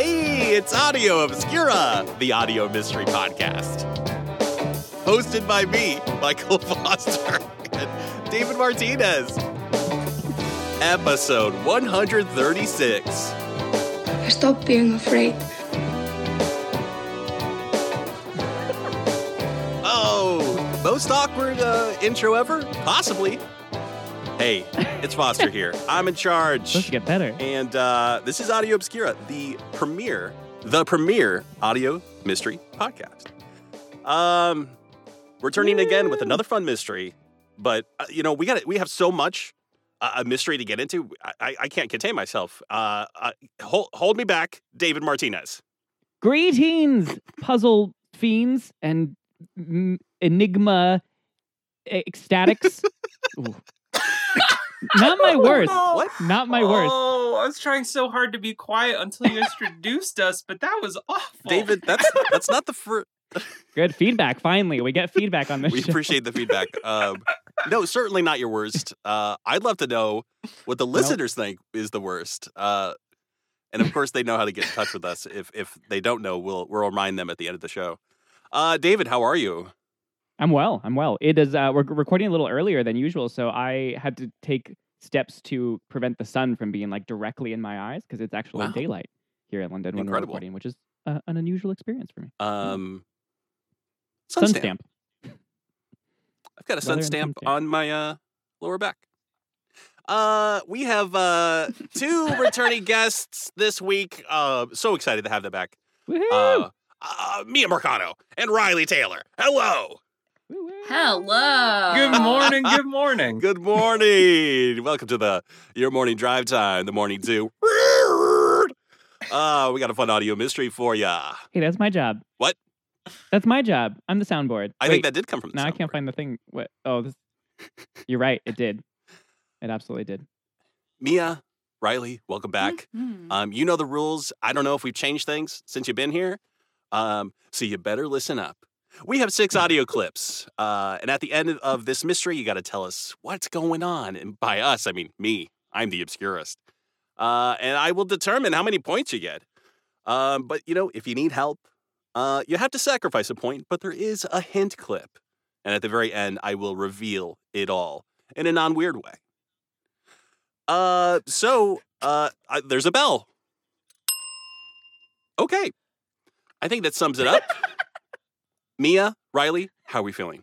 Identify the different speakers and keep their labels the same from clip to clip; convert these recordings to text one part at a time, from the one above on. Speaker 1: It's Audio Obscura, the audio mystery podcast. Hosted by me, Michael Foster, and David Martinez. Episode 136.
Speaker 2: Stop being afraid.
Speaker 1: Oh, most awkward uh, intro ever? Possibly. Hey, it's Foster here. I'm in charge.
Speaker 3: Supposed to get better.
Speaker 1: And uh, this is Audio Obscura, the premier, the premier audio mystery podcast. Um, we're turning again with another fun mystery, but uh, you know we got we have so much uh, a mystery to get into. I, I, I can't contain myself. Uh, uh, hold, hold me back, David Martinez.
Speaker 3: Greetings, puzzle fiends and m- enigma e, ecstatics. Ooh. Not my worst.
Speaker 1: What?
Speaker 3: Not my worst.
Speaker 4: Oh, I was trying so hard to be quiet until you introduced us, but that was awful.
Speaker 1: David, that's that's not the first.
Speaker 3: Good feedback. Finally, we get feedback on this.
Speaker 1: We
Speaker 3: show.
Speaker 1: appreciate the feedback. Um, no, certainly not your worst. Uh, I'd love to know what the listeners think is the worst. Uh, and of course, they know how to get in touch with us. If if they don't know, we'll we'll remind them at the end of the show. Uh, David, how are you?
Speaker 3: I'm well. I'm well. It is. Uh, we're recording a little earlier than usual, so I had to take steps to prevent the sun from being like directly in my eyes because it's actually
Speaker 1: Wow.
Speaker 3: daylight here in London when
Speaker 1: Incredible.
Speaker 3: we're recording, which is uh, an unusual experience for me.
Speaker 1: Um,
Speaker 3: Sun
Speaker 1: sunstamp.
Speaker 3: stamp.
Speaker 1: I've got a
Speaker 3: Weather
Speaker 1: sun
Speaker 3: and
Speaker 1: stamp
Speaker 3: sunstamp.
Speaker 1: on my uh, lower back. Uh, we have uh, two returning guests this week. Uh, so excited to have them back.
Speaker 3: Woohoo!
Speaker 1: Uh, uh, Mia Mercado and Riley Taylor. Hello.
Speaker 3: Woo-woo.
Speaker 5: Hello.
Speaker 4: Good morning. Good morning.
Speaker 1: Good morning. Welcome to the your morning drive time, the morning zoo. Uh, we got a fun audio mystery for ya.
Speaker 3: Hey, that's my job.
Speaker 1: What?
Speaker 3: That's my job. I'm the soundboard.
Speaker 1: I think that did come from. the
Speaker 3: now I can't
Speaker 1: soundboard.
Speaker 3: find the thing. What? Oh, this. You're right. It did. It absolutely did.
Speaker 1: Mia, Riley, welcome back.
Speaker 5: Mhm.
Speaker 1: Um, you know the rules. I don't know if we've changed things since you've been here. Um, so you better listen up. We have six audio clips. Uh, and at the end of this mystery, you got to tell us what's going on. And by us, I mean me. I'm the obscurest. Uh, and I will determine how many points you get. Um, but, you know, if you need help, uh, you have to sacrifice a point, but there is a hint clip. And at the very end, I will reveal it all in a non weird way. Uh, so uh, I, there's a bell. Okay, I think that sums it up. Mia, Riley, how are we feeling?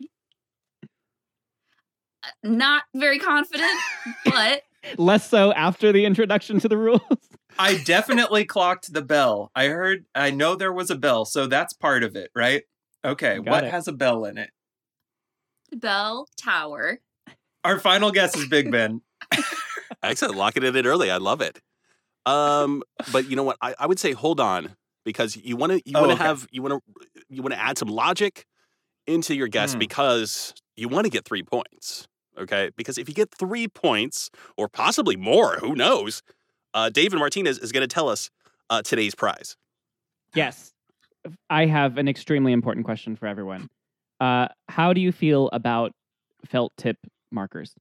Speaker 5: Not very confident, but
Speaker 3: Less so after the introduction to the rules.
Speaker 4: I definitely clocked the bell. I heard, I know there was a bell, so that's part of it, right? Okay.
Speaker 3: Got
Speaker 4: what
Speaker 3: it.
Speaker 4: has a bell in it?
Speaker 5: Bell Tower.
Speaker 4: Our final guess is Big Ben.
Speaker 1: Excellent, locking it in early. I love it. Um, but you know what? I, I would say hold on because you want to you
Speaker 4: Oh,
Speaker 1: want to
Speaker 4: okay.
Speaker 1: have you want to you want to add some logic into your guess
Speaker 4: Hmm.
Speaker 1: because you want to get three points. Okay, because if you get three points or possibly more, who knows? Uh, David Martinez is going to tell us uh, today's prize.
Speaker 3: yes. I have an extremely important question for everyone. Uh, how do you feel about felt tip markers?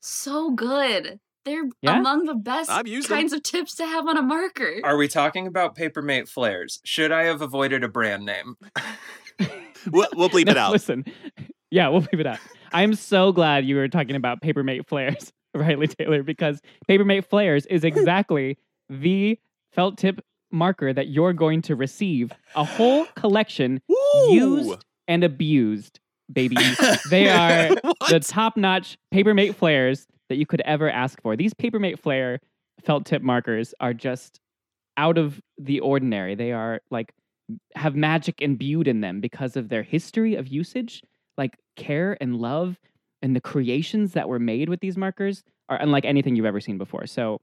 Speaker 5: So good. They're
Speaker 3: Yeah?
Speaker 5: among the best
Speaker 1: I've used them.
Speaker 5: kinds of tips to have on a marker.
Speaker 4: Are we talking about Paper Mate flares? Should I have avoided a brand name?
Speaker 1: We'll, we'll bleep it
Speaker 3: No,
Speaker 1: out.
Speaker 3: Listen. Yeah, we'll bleep it out. I'm so glad you were talking about Papermate Flares, Riley Taylor, because Papermate Flares is exactly the felt tip marker that you're going to receive a whole collection
Speaker 1: Woo!
Speaker 3: used and abused, baby. they are
Speaker 1: What?
Speaker 3: the top notch Papermate Flares that you could ever ask for. These Papermate Flare felt tip markers are just out of the ordinary. They are like have magic imbued in them because of their history of usage, like care and love, and the creations that were made with these markers are unlike anything you've ever seen before. So,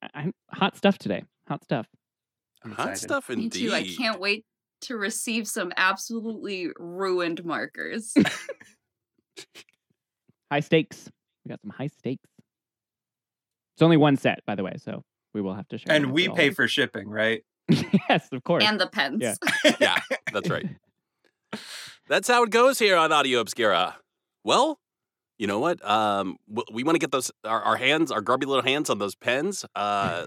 Speaker 3: I- I'm hot stuff today. Hot stuff.
Speaker 4: I'm
Speaker 1: Hot
Speaker 4: excited.
Speaker 1: stuff
Speaker 5: Me
Speaker 1: indeed.
Speaker 5: too. I can't wait to receive some absolutely ruined markers.
Speaker 3: High stakes. We got some high stakes. It's only one set, by the way, so we will have to share.
Speaker 4: And we pay for shipping, right?
Speaker 3: yes, of course.
Speaker 5: and the pens.
Speaker 3: Yeah.
Speaker 1: yeah, that's right. That's how it goes here on Audio Obscura. Well, you know what? Um, w- we want to get those our, our hands,
Speaker 3: Mm-hmm.
Speaker 1: our grubby little hands on those pens, uh,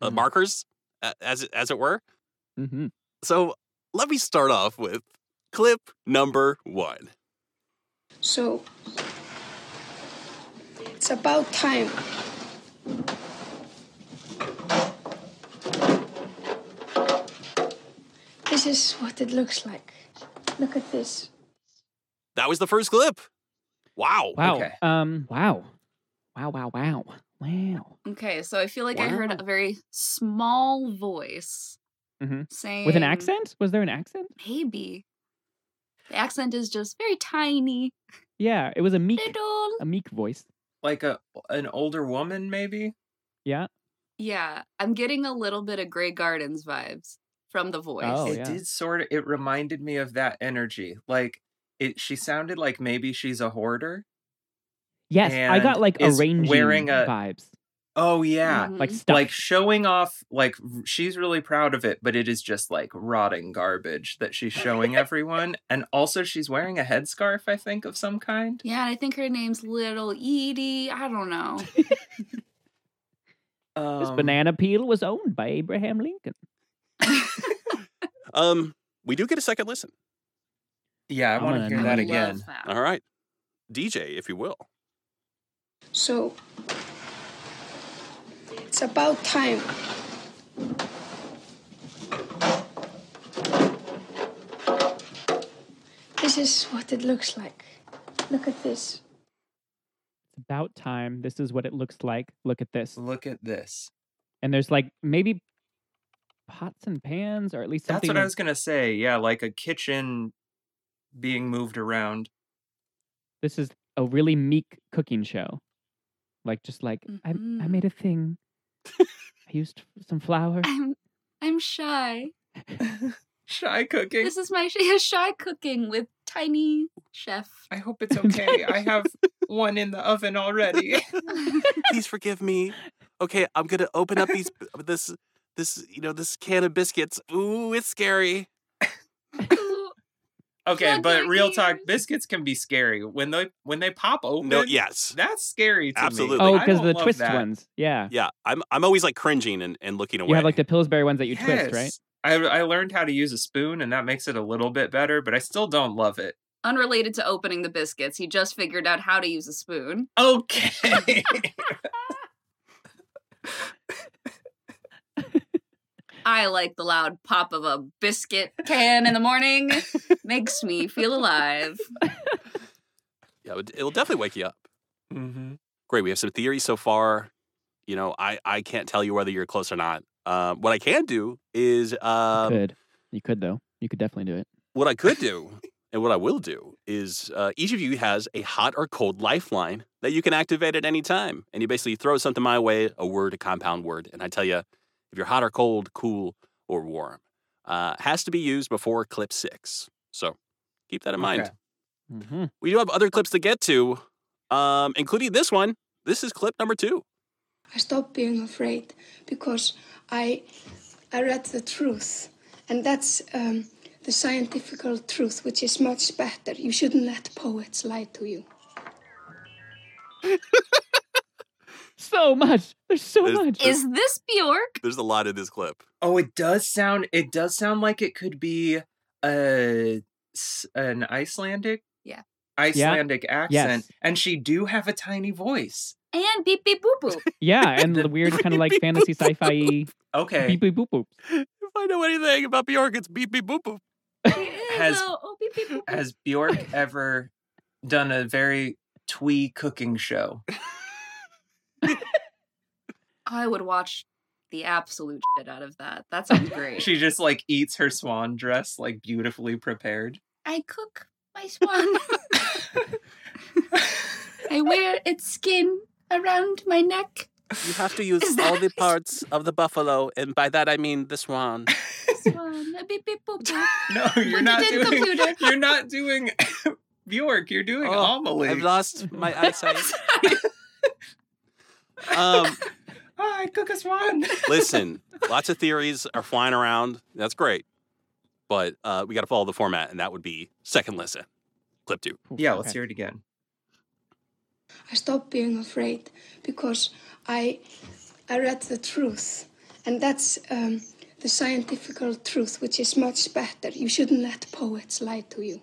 Speaker 1: uh
Speaker 4: Mhm.
Speaker 1: markers, a- as it, as it were.
Speaker 3: hmm
Speaker 1: So let me start off with clip number one.
Speaker 2: So, it's about time. This is what it looks like. Look at this.
Speaker 1: That was the first clip. Wow.
Speaker 3: Wow.
Speaker 4: Okay.
Speaker 3: Um. Wow. Wow. Wow. Wow. Wow.
Speaker 5: Okay, so I feel like I heard a
Speaker 1: Wow.
Speaker 5: very small voice
Speaker 3: Mhm.
Speaker 5: saying
Speaker 3: With an accent? Was there an accent?
Speaker 5: Maybe the accent is just very tiny,
Speaker 3: Yeah. It was a meek,
Speaker 5: little.
Speaker 3: a meek voice.
Speaker 4: Like a an older woman, maybe.
Speaker 3: Yeah.
Speaker 5: Yeah, I'm getting a little bit of Grey Gardens vibes from the voice.
Speaker 3: Oh,
Speaker 4: it
Speaker 3: yeah.
Speaker 4: did sort of. It reminded me of that energy. Like it. She sounded like maybe she's a hoarder.
Speaker 3: Yes. I got
Speaker 4: And
Speaker 3: like a
Speaker 4: is
Speaker 3: range
Speaker 4: wearing a-
Speaker 3: vibes.
Speaker 4: Oh yeah.
Speaker 5: Mhm.
Speaker 3: Like stuff.
Speaker 4: Like showing off, like r- she's really proud of it, but it is just like rotting garbage that she's showing everyone. And also, she's wearing a headscarf, I think, of some kind.
Speaker 5: yeah, and I think her name's Little Edie. I don't know.
Speaker 3: this
Speaker 4: Um,
Speaker 3: banana peel was owned by Abraham Lincoln.
Speaker 1: Um, we do get a second listen.
Speaker 4: Yeah,
Speaker 3: I'm
Speaker 4: I want
Speaker 3: gonna
Speaker 4: to hear
Speaker 3: do
Speaker 5: I
Speaker 4: that
Speaker 5: love
Speaker 4: again.
Speaker 5: that.
Speaker 1: All right. DJ, if you will.
Speaker 2: So, it's about time. This is what it looks like. Look at this.
Speaker 3: It's about time. This is what it looks like. Look at this.
Speaker 4: Look at this.
Speaker 3: And there's like maybe pots and pans, or at least
Speaker 4: That's
Speaker 3: something.
Speaker 4: what I was gonna say. Yeah, like a kitchen being moved around.
Speaker 3: This is a really meek cooking show. Like just like I, I
Speaker 5: Mhm.
Speaker 3: made a thing. I used some flour.
Speaker 5: I'm I'm shy.
Speaker 4: Shy cooking.
Speaker 5: This is my sh- shy cooking with tiny chef.
Speaker 4: I hope it's okay. I have one in the oven already.
Speaker 1: Please forgive me. Okay, I'm gonna open up these uh, this this you know this can of biscuits. Ooh, it's scary.
Speaker 4: Okay,
Speaker 5: Plug
Speaker 4: but
Speaker 5: your
Speaker 4: real talk,
Speaker 5: ears.
Speaker 4: biscuits can be scary when they when they pop open.
Speaker 1: No, yes,
Speaker 4: that's scary to
Speaker 1: Absolutely.
Speaker 4: me.
Speaker 3: Oh,
Speaker 4: I
Speaker 3: because
Speaker 4: don't
Speaker 3: the
Speaker 4: love
Speaker 3: twist
Speaker 4: that.
Speaker 3: ones. Yeah.
Speaker 1: yeah. I'm I'm always like cringing and, and looking away.
Speaker 3: You have like the Pillsbury ones that you twist, right?
Speaker 4: Yes. I, I learned how to use a spoon, and that makes it a little bit better, but I still don't love it.
Speaker 5: Unrelated to opening the biscuits, he just figured out how to use a spoon.
Speaker 4: Okay.
Speaker 5: I like the loud pop of a biscuit can in the morning. Makes me feel alive.
Speaker 1: yeah, it- it'll definitely wake you up.
Speaker 4: Mhm.
Speaker 1: Great, we have some theories so far. You know, I I can't tell you whether you're close or not. Um, what I can do is um,
Speaker 3: could. You could though. You could definitely do it.
Speaker 1: what I could do and what I will do is uh, each of you has a hot or cold lifeline that you can activate at any time. And you basically throw something my way, a word, a compound word, and I tell you if you're hot or cold, cool or warm. Uh, has to be used before clip six. So keep that in mind.
Speaker 4: Okay. Mm-hmm.
Speaker 3: hmm
Speaker 1: We do have other clips to get to, um, including this one. This is clip number two.
Speaker 2: I stopped being afraid because I I read the truth, and that's um, the scientific truth, which is much better. You shouldn't let poets lie to you.
Speaker 3: So much. There's so
Speaker 1: There's-
Speaker 3: much.
Speaker 5: Is this Bjork?
Speaker 1: There's a lot in this clip.
Speaker 4: Oh, it does sound. It does sound like it could be a s- an Icelandic.
Speaker 5: Yeah.
Speaker 4: Icelandic accent,
Speaker 3: Yes.
Speaker 4: and she do have a tiny voice.
Speaker 5: And beep beep boop boop.
Speaker 3: yeah, and the weird kind of like fantasy sci-fi
Speaker 4: Okay.
Speaker 3: beep beep boop boop.
Speaker 1: If I know anything about Bjork, it's beep beep boop boop.
Speaker 5: Has,
Speaker 4: Has-
Speaker 5: oh, beep beep boop. boop.
Speaker 4: Has Bjork ever done a very twee cooking show?
Speaker 5: I would watch the absolute shit out of that. That sounds great.
Speaker 4: She just like eats her swan dress like beautifully prepared.
Speaker 5: I cook my swan. I wear its skin around my neck.
Speaker 1: You have to
Speaker 5: Is
Speaker 1: use
Speaker 5: that-
Speaker 1: all the parts of the buffalo, and by that I mean the swan.
Speaker 5: Swan, a beep beep boop boop.
Speaker 4: No, you're
Speaker 5: Put
Speaker 4: not
Speaker 5: it in
Speaker 4: doing.
Speaker 5: computer.
Speaker 4: You're not doing Bjork. You're doing
Speaker 1: Oh,
Speaker 4: Amelie.
Speaker 1: I've lost my eyesight. um,
Speaker 4: Oh, I cook a swan.
Speaker 1: listen, lots of theories are flying around. That's great, but uh, we got to follow the format, and that would be second listen, clip two.
Speaker 3: Ooh,
Speaker 4: Yeah, let's
Speaker 3: okay.
Speaker 4: hear it again.
Speaker 2: I stopped being afraid because I I read the truth, and that's um, the scientific truth, which is much better. You shouldn't let poets lie to you.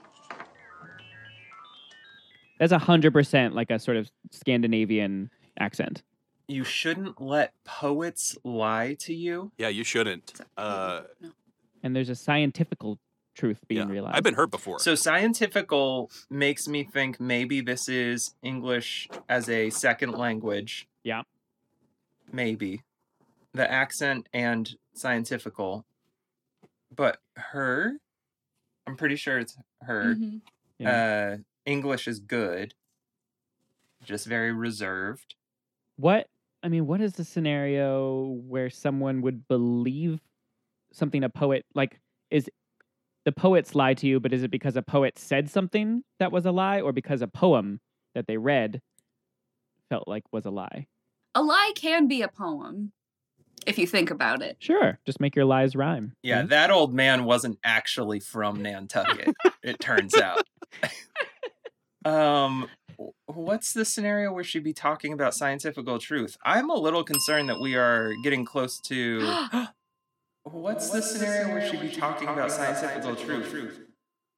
Speaker 3: That's a hundred percent like a sort of Scandinavian accent.
Speaker 4: You shouldn't let poets lie to you.
Speaker 1: Yeah, you shouldn't. Uh,
Speaker 5: No.
Speaker 3: And there's a scientifical truth being
Speaker 1: yeah.
Speaker 3: realized.
Speaker 1: I've been hurt before.
Speaker 4: So scientifical makes me think maybe this is English as a second language.
Speaker 3: Yeah.
Speaker 4: Maybe. The accent and scientifical. But her? I'm pretty sure it's her.
Speaker 5: Mhm.
Speaker 4: Uh English is good. Just very reserved.
Speaker 3: what I mean, what is the scenario where someone would believe something a poet like is the poets lie to you, but is it because a poet said something that was a lie or because a poem that they read felt like was a lie?
Speaker 5: A lie can be a poem if you think about it.
Speaker 3: Sure. Just make your lies rhyme.
Speaker 4: Yeah,
Speaker 3: Hmm?
Speaker 4: that old man wasn't actually from Nantucket, it turns out. um w- what's the scenario where she'd be talking about scientifical truth? I'm a little concerned that we are getting close to what's the scenario where she'd be talking about scientifical truth?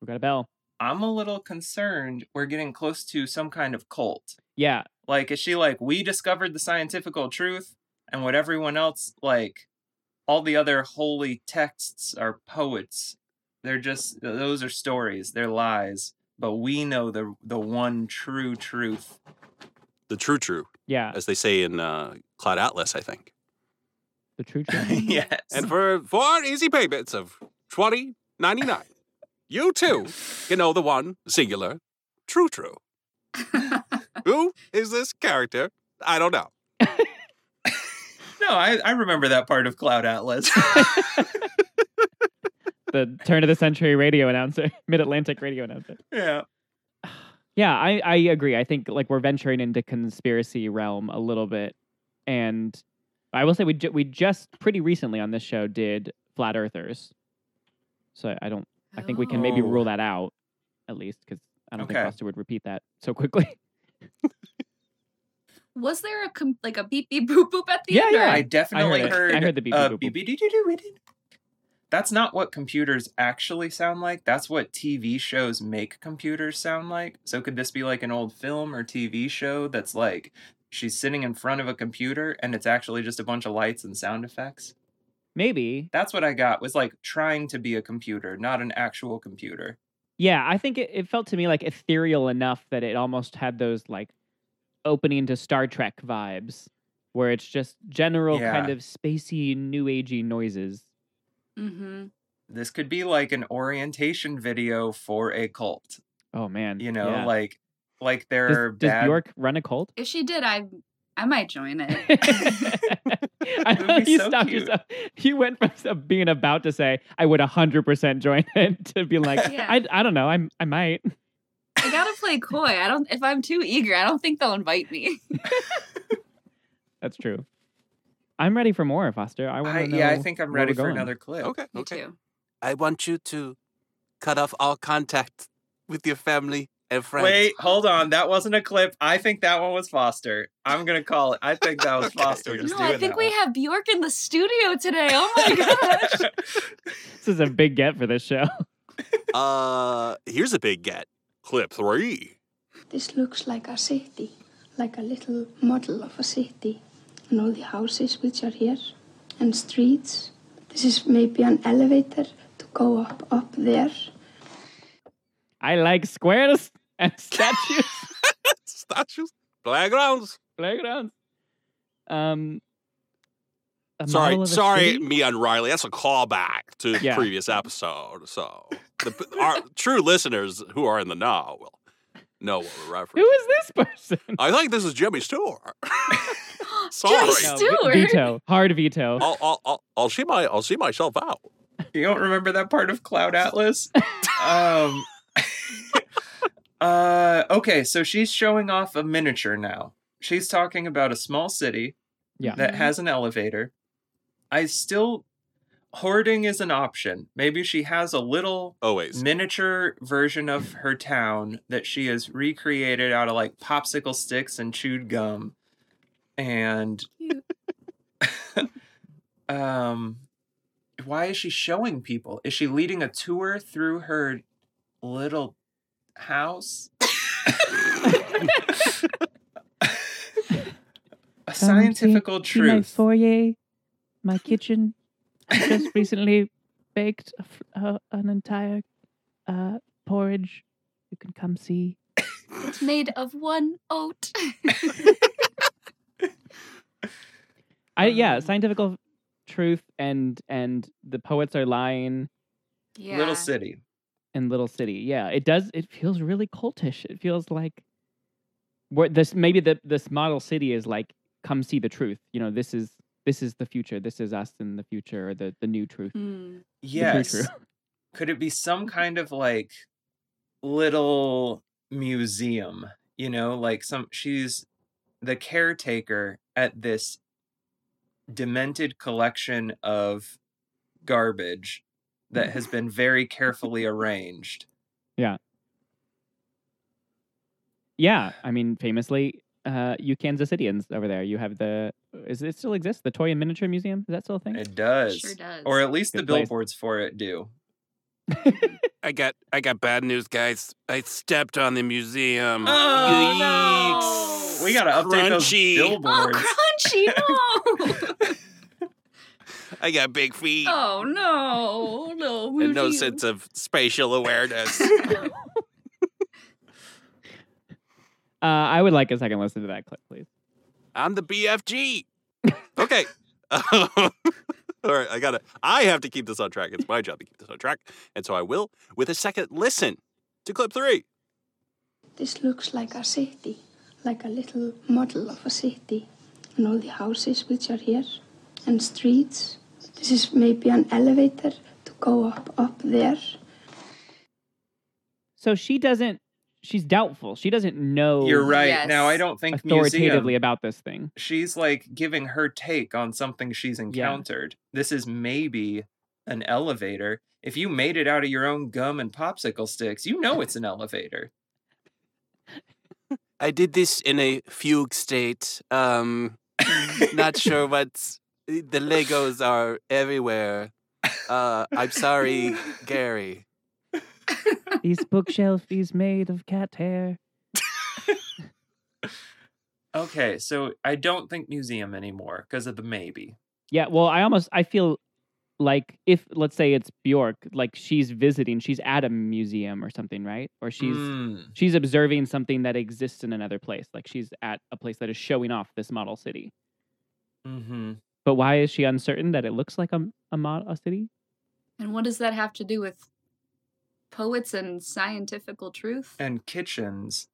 Speaker 3: we got a bell.
Speaker 4: I'm a little concerned we're getting close to some kind of cult.
Speaker 3: Yeah.
Speaker 4: Like is she like we discovered the scientifical truth and what everyone else like all the other holy texts are poets. They're just those are stories, they're lies, but we know the the one true truth.
Speaker 1: the true true,
Speaker 3: Yeah.
Speaker 1: as they say in uh, Cloud Atlas, I think.
Speaker 3: The true truth.
Speaker 4: yes.
Speaker 1: And for four easy payments of twenty ninety nine, you too can know the one singular true true. Who is this character? I don't know.
Speaker 4: no, I, I remember that part of Cloud Atlas.
Speaker 3: the turn of the century radio announcer, mid Atlantic radio announcer.
Speaker 4: yeah.
Speaker 3: Yeah, I, I agree. I think like we're venturing into conspiracy realm a little bit, and I will say we ju- we just pretty recently on this show did flat earthers, so I don't I think we can maybe
Speaker 4: Oh.
Speaker 3: rule that out at least because I don't
Speaker 4: Okay.
Speaker 3: think Foster would repeat that so quickly.
Speaker 5: Oh. Was there a com- like a beep beep boop boop at the
Speaker 3: Yeah,
Speaker 5: end? or-
Speaker 3: yeah.
Speaker 4: I
Speaker 3: I
Speaker 4: definitely
Speaker 3: heard
Speaker 4: heard,
Speaker 3: it. I heard the beep,
Speaker 4: uh,
Speaker 3: boop, boop,
Speaker 4: beep,
Speaker 3: boop.
Speaker 4: beep, doo, doo, doo, doo. That's not what computers actually sound like. That's what TV shows make computers sound like. So could this be like an old film or TV show that's like she's sitting in front of a computer and it's actually just a bunch of lights and sound effects?
Speaker 3: Maybe
Speaker 4: That's what I got was like trying to be a computer, not an actual computer.
Speaker 3: Yeah, I think it, it felt to me like ethereal enough that it almost had those like opening to Star Trek vibes, where it's just general kind
Speaker 4: Yeah.
Speaker 3: of spacey, new agey noises.
Speaker 5: Mm-hmm.
Speaker 4: This could be like an orientation video for a cult.
Speaker 3: Oh man,
Speaker 4: You know,
Speaker 3: yeah.
Speaker 4: like like there
Speaker 3: does,
Speaker 4: are
Speaker 3: does
Speaker 4: bad
Speaker 3: Bjork run a cult?
Speaker 5: If she did, I I might join it.
Speaker 3: I
Speaker 4: would
Speaker 3: know
Speaker 4: be
Speaker 3: you
Speaker 4: so
Speaker 3: stopped
Speaker 4: cute.
Speaker 3: yourself. You went from so- being about to say I would hundred percent join it to be like
Speaker 5: Yeah.
Speaker 3: I, I don't know I I might.
Speaker 5: I gotta play coy. I don't. If I'm too eager, I don't think they'll invite me.
Speaker 3: That's true. I'm ready for more, Foster. I want
Speaker 4: I,
Speaker 3: to know.
Speaker 4: yeah, I think I'm
Speaker 3: where
Speaker 4: ready
Speaker 3: we're
Speaker 4: for
Speaker 3: going.
Speaker 4: another clip.
Speaker 1: Okay.
Speaker 5: Me
Speaker 1: okay.
Speaker 5: too.
Speaker 1: I want you to cut off all contact with your family and friends.
Speaker 4: Wait, hold on. That wasn't a clip. I think that one was Foster. I'm gonna call it. I think that was
Speaker 1: Okay.
Speaker 4: Foster. Just
Speaker 5: No, I
Speaker 4: doing
Speaker 5: think
Speaker 4: that
Speaker 5: we
Speaker 4: one.
Speaker 5: have Bjork in the studio today. Oh my gosh.
Speaker 3: This is a big get for this show.
Speaker 1: Uh, here's a big get. Clip three.
Speaker 2: This looks like a city, like a little model of a city, and all the houses which are here, and streets. This is maybe an elevator to go up up there.
Speaker 3: I like squares and statues,
Speaker 1: Statues, playgrounds.
Speaker 3: playgrounds. Um, a model
Speaker 1: Sorry,
Speaker 3: of a
Speaker 1: sorry,
Speaker 3: city?
Speaker 1: me and Riley. That's a callback to the
Speaker 3: Yeah.
Speaker 1: previous episode. So the, our true listeners who are in the know will know what we're referencing.
Speaker 3: Who is this person?
Speaker 1: I think this is Jimmy Stewart. Sorry.
Speaker 5: Jimmy
Speaker 3: No,
Speaker 5: Stewart.
Speaker 3: ve- veto, hard veto.
Speaker 1: I'll, I'll, I'll, I'll see my I'll see myself out.
Speaker 4: You don't remember that part of Cloud Atlas? um. uh. Okay. So she's showing off a miniature now. She's talking about a small city
Speaker 3: Yeah.
Speaker 4: that
Speaker 5: Mhm.
Speaker 4: has an elevator. I still hoarding is an option. Maybe she has a little
Speaker 1: Always.
Speaker 4: miniature version of her town that she has recreated out of like popsicle sticks and chewed gum and
Speaker 5: Cute.
Speaker 4: um why is she showing people? Is she leading a tour through her little house? a scientifical truth.
Speaker 3: my foyer, my kitchen. I just recently baked a f- uh, an entire uh, porridge. You can come see.
Speaker 5: It's made of one oat.
Speaker 3: I yeah,
Speaker 4: Um,
Speaker 3: scientific truth and and the poets are lying
Speaker 5: yeah.
Speaker 4: Little city.
Speaker 3: in Little City. Yeah, it does. It feels really cultish. It feels like where this maybe the this model city is like come see the truth. You know, this is this is the future. This is us in the future, or the the new truth.
Speaker 5: Hmm.
Speaker 3: the true
Speaker 4: Yes.
Speaker 3: truth.
Speaker 4: Could it be some kind of like little museum? You know, like some she's the caretaker at this demented collection of garbage that has been very carefully arranged.
Speaker 3: Yeah, I mean, famously, uh, you Kansas Cityans over there. You have the is it still exists? The Toy and Miniature Museum is that still a thing?
Speaker 4: It does.
Speaker 5: Sure does.
Speaker 4: Or at least the
Speaker 3: Good place.
Speaker 4: billboards for it do.
Speaker 1: I got I got bad news, guys. I stepped on the museum.
Speaker 4: Oh,
Speaker 5: no.
Speaker 4: We gotta update
Speaker 1: Crunchy.
Speaker 4: those
Speaker 5: Oh,
Speaker 4: billboards.
Speaker 5: crunchy! No.
Speaker 1: I got big feet
Speaker 5: oh no, no.
Speaker 1: and no
Speaker 5: museum.
Speaker 1: sense of spatial awareness.
Speaker 3: Uh, I would like a second listen to that clip, please.
Speaker 1: I'm the BFG. Okay. All right, I gotta. I have to keep this on track. It's my job to keep this on track, and so I will with a second listen to clip three.
Speaker 2: This looks like a city, like a little model of a city, and all the houses which are here, and streets. This is maybe an elevator to go up up there.
Speaker 3: So she doesn't. She's doubtful. She doesn't know
Speaker 4: You're right. Now I
Speaker 5: Yes.
Speaker 4: don't think museum
Speaker 3: Oh, authoritatively about this thing.
Speaker 4: she's like giving her take on something she's encountered. This is maybe an elevator. If you made it out of your own gum and popsicle sticks, you know it's an elevator.
Speaker 1: I did this in a fugue state. Um, not sure what the Legos are everywhere. Uh, I'm sorry, Gary.
Speaker 3: These bookshelf is made of cat hair.
Speaker 4: Okay, so I don't think museum anymore because of the maybe.
Speaker 3: Yeah, well, I almost I feel like if let's say it's Bjork, like she's visiting, she's at a museum or something, right? Or she's
Speaker 4: Mm,
Speaker 3: she's observing something that exists in another place. Like she's at a place that is showing off this model city.
Speaker 4: mhm.
Speaker 3: But why is she uncertain that it looks like a a, mod, a city?
Speaker 5: And what does that have to do with poets and scientifical truth?
Speaker 1: Eh.
Speaker 4: And kitchens.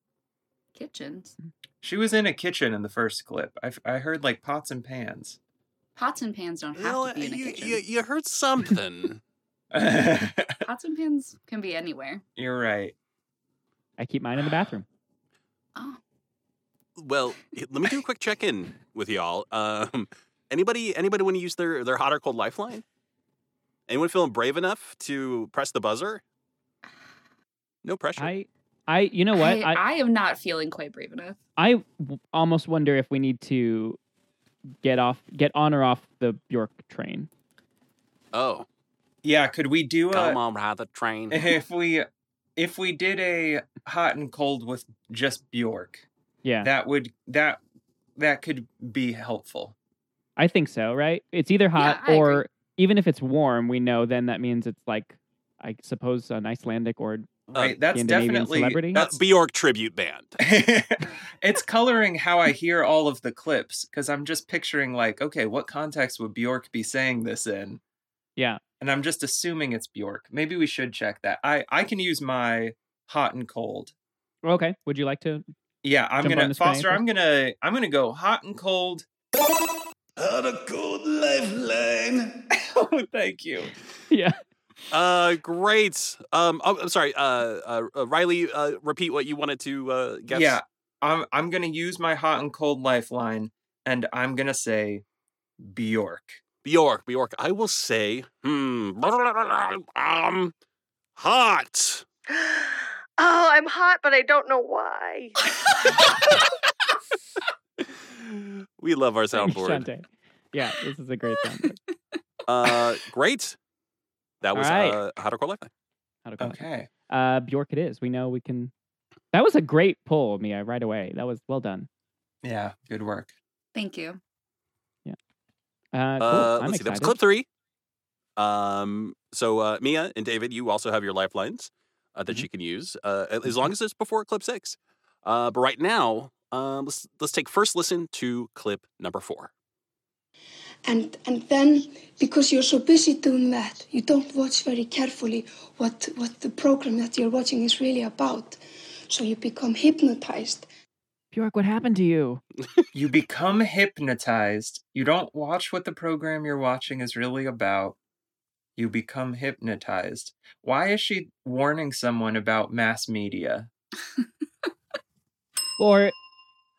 Speaker 5: Kitchens,
Speaker 4: She was in a kitchen in the first clip. I, f- I heard like pots and pans.
Speaker 5: pots and pans don't have
Speaker 1: Well,
Speaker 5: to be in a
Speaker 1: you,
Speaker 5: kitchen.
Speaker 1: you, you heard something.
Speaker 5: Pots and pans can be anywhere.
Speaker 4: You're right.
Speaker 3: I keep mine in the bathroom.
Speaker 5: Oh,
Speaker 1: well, let me do a quick check in with y'all. Um, anybody anybody want to use their their hot or cold lifeline? Anyone feeling brave enough to press the buzzer? No pressure.
Speaker 3: I I you know what?
Speaker 5: I, I am not feeling quite brave enough.
Speaker 3: I w- almost wonder if we need to get off get on or off the Bjork train.
Speaker 1: oh,
Speaker 4: Yeah, could we do a
Speaker 1: come on, ride the train.
Speaker 4: if we if we did a hot and cold with just Bjork,
Speaker 3: Yeah.
Speaker 4: that would that that could be helpful.
Speaker 3: I think so, right? It's either hot
Speaker 5: I agree.
Speaker 3: or even if it's warm, we know then that means it's like I suppose an Icelandic or
Speaker 4: Right? that's
Speaker 3: Scandinavian
Speaker 4: definitely
Speaker 3: celebrity?
Speaker 1: Uh,
Speaker 4: that's
Speaker 1: Bjork tribute band.
Speaker 4: it's coloring how I hear all of the clips because I'm just picturing like, okay, what context would Bjork be saying this in?
Speaker 3: Yeah.
Speaker 4: And I'm just assuming it's Bjork. Maybe we should check that. I I can use my hot and cold.
Speaker 3: okay. Would you like to?
Speaker 4: Yeah, I'm
Speaker 3: Jump on
Speaker 4: gonna
Speaker 3: this train
Speaker 4: Foster. I'm gonna I'm gonna go hot and cold.
Speaker 6: Hot a cold lifeline.
Speaker 4: oh, thank you.
Speaker 3: Yeah.
Speaker 1: Uh, great. Um, oh, I'm sorry. Uh, uh, uh, Riley, uh, repeat what you wanted to uh, guess.
Speaker 4: Yeah, I'm I'm gonna use my hot and cold lifeline, and I'm gonna say Bjork.
Speaker 1: Bjork, Bjork. I will say, hmm, um, hot.
Speaker 7: Oh, I'm hot, but I don't know why.
Speaker 1: We love our
Speaker 3: Thank you,
Speaker 1: soundboard.
Speaker 3: Shante. Yeah, this is a great soundboard.
Speaker 1: Uh, great. That was
Speaker 3: All right.
Speaker 1: uh, how to call lifeline.
Speaker 3: How to call it.
Speaker 4: Okay.
Speaker 3: Uh, Bjork, it is. We know we can. That was a great pull, Mia. Right away. That was well done.
Speaker 4: Yeah. Good work.
Speaker 5: Thank you.
Speaker 3: Uh, cool.
Speaker 1: Uh,
Speaker 3: I'm
Speaker 1: let's see. That was
Speaker 3: excited.
Speaker 1: clip three. Um, so uh, Mia and David, you also have your lifelines uh,
Speaker 3: Mm-hmm.
Speaker 1: that you can use uh, a- as long as it's before clip six. Uh, but right now, um, let's let's take first listen to clip number four.
Speaker 2: and and then because you're so busy doing that you don't watch very carefully what what the program that you're watching is really about so you become hypnotized
Speaker 3: Bjork, what happened to you?
Speaker 4: You become hypnotized. You don't watch what the program you're watching is really about. You become hypnotized. Why is she warning someone about mass media?
Speaker 3: Or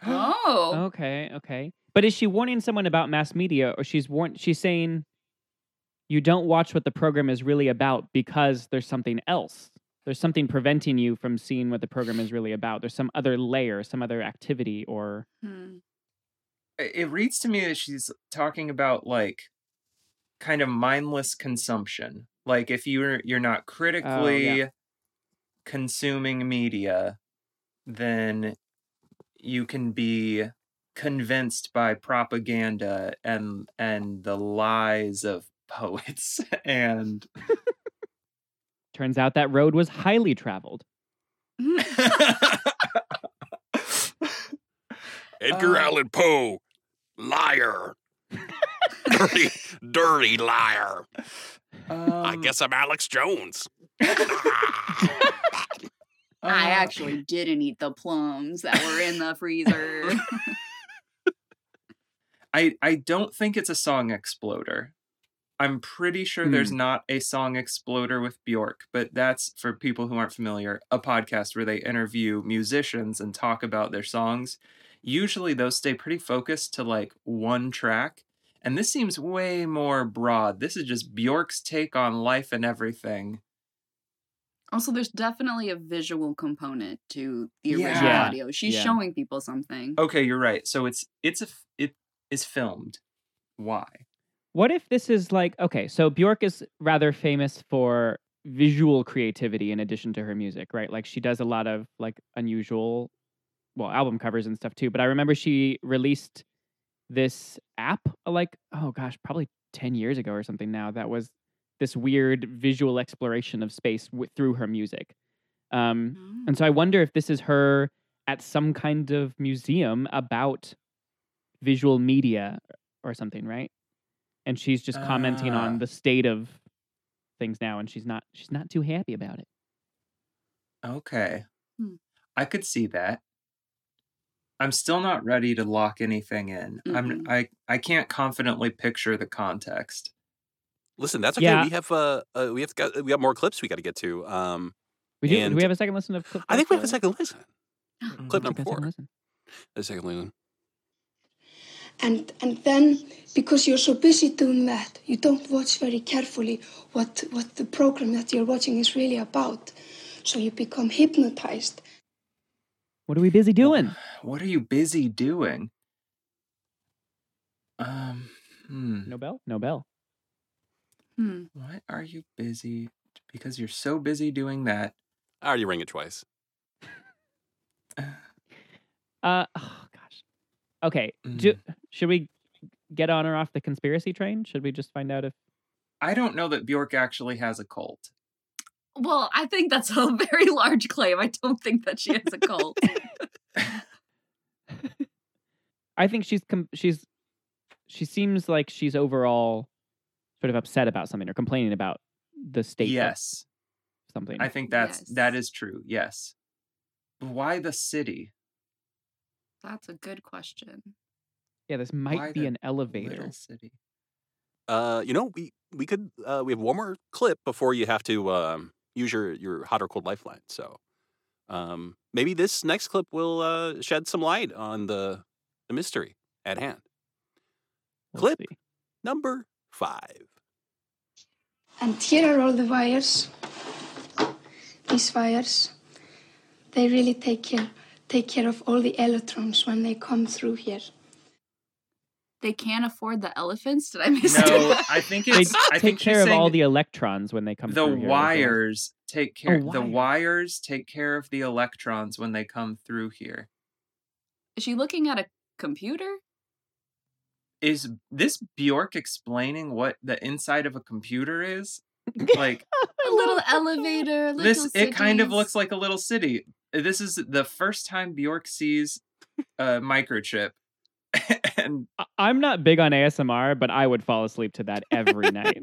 Speaker 5: Oh.
Speaker 3: Okay, okay. But is she warning someone about mass media or she's warn she's saying you don't watch what the program is really about because there's something else. There's something preventing you from seeing what the program is really about. There's some other layer, some other activity or
Speaker 5: Hmm.
Speaker 4: it it reads to me that she's talking about like kind of mindless consumption like if you're you're not critically consuming media then you can be convinced by propaganda and and the lies of poets and
Speaker 3: turns out that road was highly traveled.
Speaker 5: Hmm.
Speaker 4: Edgar Uh, Allan
Speaker 1: Poe, liar, dirty, dirty liar.
Speaker 4: um,
Speaker 1: I'm Alex Jones. Ah.
Speaker 5: I
Speaker 4: uh,
Speaker 5: actually didn't eat the plums that were in the freezer.
Speaker 4: I I don't think it's a song exploder. I'm pretty sure there's not a song exploder with Bjork, but that's for people who aren't familiar, a podcast where they interview musicians and talk about their songs. Usually those stay pretty focused to like one track, and this seems way more broad. This is just Bjork's take on life and everything.
Speaker 5: also, there's definitely a visual component to the
Speaker 4: Yeah. Oh,
Speaker 5: original
Speaker 3: Yeah,
Speaker 5: audio. She's
Speaker 3: yeah.
Speaker 5: showing people something.
Speaker 4: Okay, you're right. So it's it's a f- it is filmed. Why?
Speaker 3: What if this is like okay, so Bjork is rather famous for visual creativity in addition to her music, right? Like she does a lot of like unusual well, album covers and stuff too, but I remember she released this app uh, like oh gosh, probably 10 years ago or something now that was this weird visual exploration of space w- through her music. Um and so I wonder if this is her at some kind of museum about visual media or something, right? And she's just commenting
Speaker 4: Ah.
Speaker 3: on the state of things now and she's not she's not too happy about it.
Speaker 4: Okay.
Speaker 5: Hmm.
Speaker 4: I could see that. I'm still not ready to lock anything in. I'm
Speaker 3: Mm-hmm.
Speaker 5: Mhm.
Speaker 4: I I can't confidently picture the context.
Speaker 1: Listen, that's okay.
Speaker 3: Yeah.
Speaker 1: We have uh, uh we have got we have more clips we got to get to. Um,
Speaker 3: We do, do
Speaker 1: And-
Speaker 3: we have a second listen of clip
Speaker 1: I think we have a
Speaker 3: four?
Speaker 1: second listen. Oh, Clip
Speaker 5: Mm,
Speaker 3: Let's take
Speaker 1: number
Speaker 3: that second
Speaker 1: four.
Speaker 3: listen.
Speaker 1: A second listen.
Speaker 2: and and then because you're so busy doing that you don't watch very carefully what what the program that you're watching is really about so you become hypnotized
Speaker 3: What are we busy doing?
Speaker 1: hmm.
Speaker 4: What are you busy doing? Um hmm.
Speaker 3: No bell? No bell.
Speaker 5: Hmm.
Speaker 4: What are you busy because you're so busy doing that?
Speaker 1: I already rang it twice.
Speaker 3: Uh oh gosh. Okay. Do,
Speaker 1: Hmm.
Speaker 3: should we get on or off the conspiracy train? Should we just find out if
Speaker 4: I don't know that Bjork actually has a cult.
Speaker 5: Well, I think that's a very large claim. I don't think that she has a cult.
Speaker 3: I think she's com- she's she seems like she's overall sort of upset about something or complaining about the state of
Speaker 4: Yes.
Speaker 3: something.
Speaker 4: I think that's that
Speaker 5: Yes.
Speaker 4: is true. Yes. Why the city?
Speaker 5: that's a good question.
Speaker 3: yeah, this
Speaker 4: Why
Speaker 3: might be
Speaker 4: the
Speaker 3: an elevator.
Speaker 4: Little city.
Speaker 1: Uh, you know, we we could uh, we have one more clip before you have to um, use your your hot or cold lifeline. So um, maybe this next clip will uh, shed some light on the the mystery at hand.
Speaker 3: We'll
Speaker 1: Clip.
Speaker 3: see.
Speaker 1: Number five.
Speaker 2: And here are all the wires. These wires, they really take care, take care of all the electrons when they come through here.
Speaker 5: they can't afford the elephants. Did I miss
Speaker 4: No,
Speaker 5: it?
Speaker 4: I think
Speaker 3: They
Speaker 4: it's. I
Speaker 3: take
Speaker 4: think she's
Speaker 3: care of all
Speaker 4: saying
Speaker 3: the electrons when they come
Speaker 4: the
Speaker 3: through here.
Speaker 4: wires take care.
Speaker 3: Oh,
Speaker 4: The
Speaker 3: wires.
Speaker 4: wires take care of the electrons when they come through here.
Speaker 5: Is she looking at a computer?
Speaker 4: Is this Bjork explaining what the inside of a computer is? Like
Speaker 5: A little elevator. Little
Speaker 4: Oh, this, it kind of
Speaker 5: cities.
Speaker 4: looks like a little city. This is the first time Bjork sees a microchip, and
Speaker 3: I- I'm not big on ASMR, but I would fall asleep to that every night.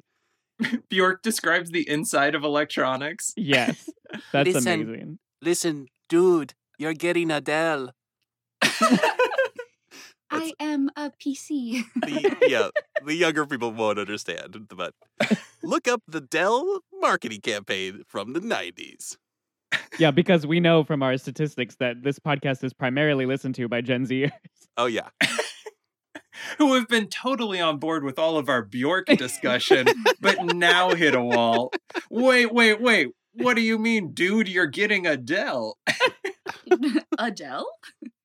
Speaker 4: Bjork describes the inside of electronics.
Speaker 3: Yes, that's
Speaker 1: Listen.
Speaker 3: amazing.
Speaker 1: Listen, dude, you're getting Adele.
Speaker 5: I am a PC.
Speaker 1: The, yeah, the younger people won't understand, but look up the Dell marketing campaign from the 90s.
Speaker 3: Yeah, because we know from our statistics that this podcast is primarily listened to by Gen Z.
Speaker 1: Oh, yeah.
Speaker 4: who have been totally on board with all of our Bjork discussion, but now hit a wall. Wait, wait, wait. What do you mean, dude? You're getting Adele.
Speaker 5: Adele?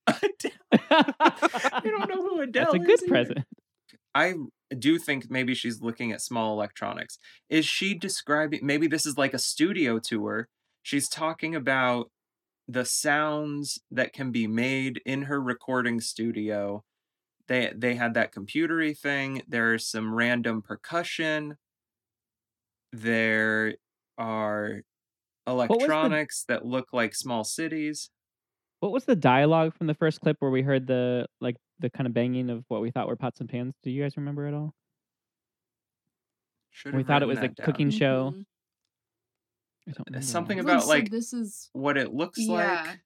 Speaker 4: Adele?
Speaker 3: that's
Speaker 4: You don't know who Adele
Speaker 3: a
Speaker 4: is.
Speaker 3: good
Speaker 4: either.
Speaker 3: present.
Speaker 4: I do think maybe she's looking at small electronics. Is she describing maybe this is like a studio tour? She's talking about the sounds that can be made in her recording studio. They they had that computery thing. There's some random percussion. There are
Speaker 3: was the-
Speaker 4: electronics that look like small cities.
Speaker 3: What was the dialogue from the first clip where we heard the like the kind of banging of what we thought were pots and pans? Do you guys remember at all?
Speaker 4: Should
Speaker 3: We
Speaker 4: have
Speaker 3: thought it
Speaker 4: written
Speaker 3: was a
Speaker 4: that down.
Speaker 3: cooking show.
Speaker 5: Mhm.
Speaker 3: I don't remember
Speaker 4: Uh, Something
Speaker 3: now.
Speaker 5: Lynn
Speaker 4: about
Speaker 5: said
Speaker 4: like
Speaker 5: this is
Speaker 4: what it looks
Speaker 5: Yeah.
Speaker 4: like.